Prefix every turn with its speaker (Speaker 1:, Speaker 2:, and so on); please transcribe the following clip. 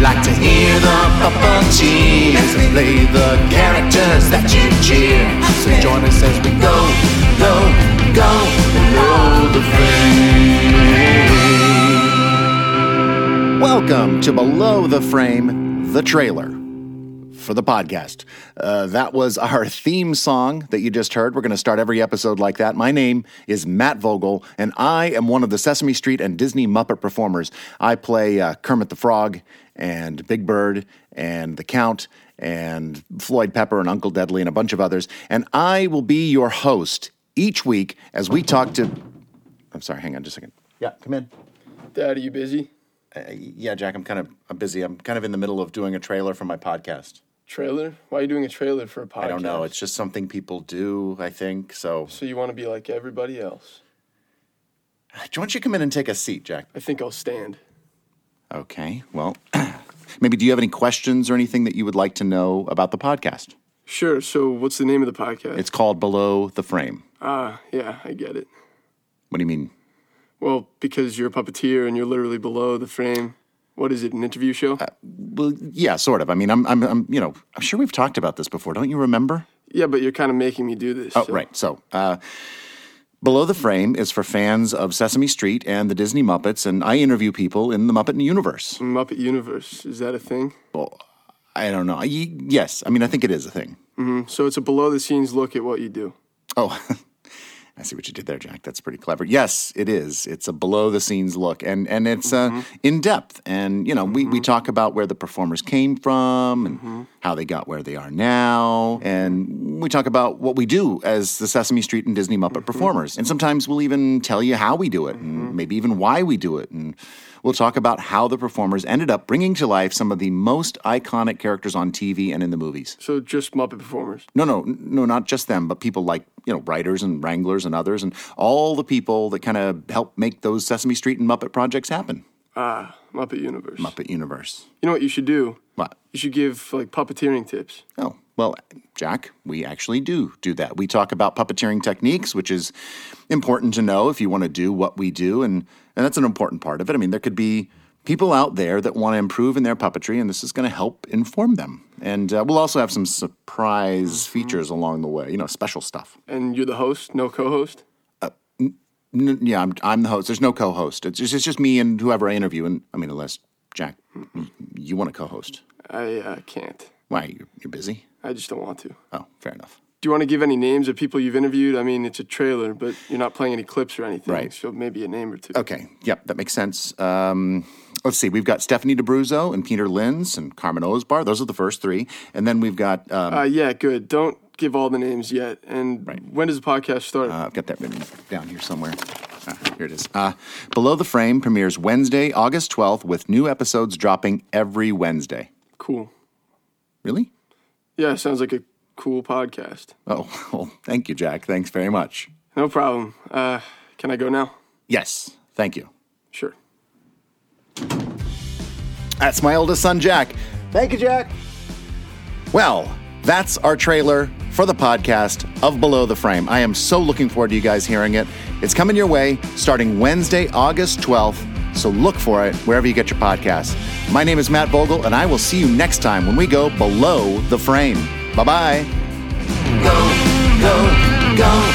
Speaker 1: like to hear the proper cheers and play the characters that you cheer. So join us as we go, go, go below the frame. Welcome to Below the Frame, the trailer for the podcast. Uh, that was our theme song that you just heard. We're going to start every episode like that. My name is Matt Vogel, and I am one of the Sesame Street and Disney Muppet performers. I play uh, Kermit the Frog, and Big Bird, and The Count, and Floyd Pepper, and Uncle Deadly, and a bunch of others. And I will be your host each week as we talk to. I'm sorry, hang on just a second. Yeah, come in. Uh,
Speaker 2: Dad, are you busy?
Speaker 1: Yeah, Jack, I'm kind of I'm busy. I'm kind of in the middle of doing a trailer for my podcast.
Speaker 2: Trailer? Why are you doing a trailer for a podcast?
Speaker 1: I don't know. It's just something people do, I think. So,
Speaker 2: so you want to be like everybody else?
Speaker 1: why don't you come in and take a seat, Jack?
Speaker 2: I think I'll stand.
Speaker 1: Okay. Well, maybe do you have any questions or anything that you would like to know about the podcast?
Speaker 2: Sure. So what's the name of the podcast?
Speaker 1: It's called Below the Frame.
Speaker 2: Ah, yeah, I get it.
Speaker 1: What do you mean?
Speaker 2: Well, because you're a puppeteer and you're literally below the frame. What is it? An interview show?
Speaker 1: Uh, Well, yeah, sort of. I mean, I'm, I'm, I'm you know, I'm sure we've talked about this before. Don't you remember?
Speaker 2: yeah, but you're kind of making me do this.
Speaker 1: Oh, right. So, uh, Below the Frame is for fans of Sesame Street and the Disney Muppets, and I interview people in the Muppet universe.
Speaker 2: Muppet Universe is that a thing?
Speaker 1: I don't know. Y- yes, I mean, I think it is a thing.
Speaker 2: So it's a below the scenes look at what you do.
Speaker 1: Oh, I see what you did there, Jack. That's pretty clever. Yes, it is. It's a below the scenes look, and and it's uh, in depth. And you know, we, we talk about where the performers came from and how they got where they are now, and we talk about what we do as the Sesame Street and Disney Muppet performers. And sometimes we'll even tell you how we do it, and maybe even why we do it, and. We'll talk about how the performers ended up bringing to life some of the most iconic characters on TV and in the movies.
Speaker 2: So just Muppet performers.
Speaker 1: No, no, n- no, not just them, but people like, you know, writers and wranglers and others and all the people that kind of help make those Sesame Street and Muppet projects happen.
Speaker 2: Muppet Universe.
Speaker 1: Muppet Universe.
Speaker 2: You know what you should do?
Speaker 1: What?
Speaker 2: You should give like puppeteering tips.
Speaker 1: Oh, well, Jack, we actually do do that. We talk about puppeteering techniques, which is important to know if you want to do what we do. And, and that's an important part of it. I mean, there could be people out there that want to improve in their puppetry, and this is going to help inform them. And uh, we'll also have some surprise features along the way, you know, special stuff.
Speaker 2: And you're the host, no co-host.
Speaker 1: N- yeah, I'm, I'm the host. There's no co-host. It's just, it's just me and whoever I interview. And I mean, unless Jack, y- you want a co-host?
Speaker 2: I uh, can't.
Speaker 1: Why? You're, you're busy.
Speaker 2: I just don't want to.
Speaker 1: Oh, fair enough.
Speaker 2: Do you want to give any names of people you've interviewed? I mean, it's a trailer, but you're not playing any clips or anything.
Speaker 1: Right.
Speaker 2: So maybe a name or two.
Speaker 1: Okay. Yep, that makes sense. Um, let's see. We've got Stephanie DeBruzzo and Peter Linz and Carmen Osbar. Those are the first three, and then we've got um,
Speaker 2: Uh, yeah, good. Don't give all the names yet. And when does the podcast start?
Speaker 1: Uh, I've got that written down here somewhere. Ah, here it is. Uh, Below the Frame premieres Wednesday, August 12th, with new episodes dropping every Wednesday.
Speaker 2: cool.
Speaker 1: Really?
Speaker 2: Yeah, sounds like a cool podcast.
Speaker 1: Oh, well, thank you, Jack. Thanks very much.
Speaker 2: No problem. Uh, can I go now?
Speaker 1: Yes, thank you.
Speaker 2: Sure.
Speaker 1: That's my oldest son, Jack. Thank you, Jack. Well, that's our trailer for the podcast of Below the Frame. I am so looking forward to you guys hearing it. It's coming your way starting Wednesday, August 12th. So look for it wherever you get your podcasts. My name is Matt Vogel, and I will see you next time when we go below the frame. Bye bye. Go, go, go.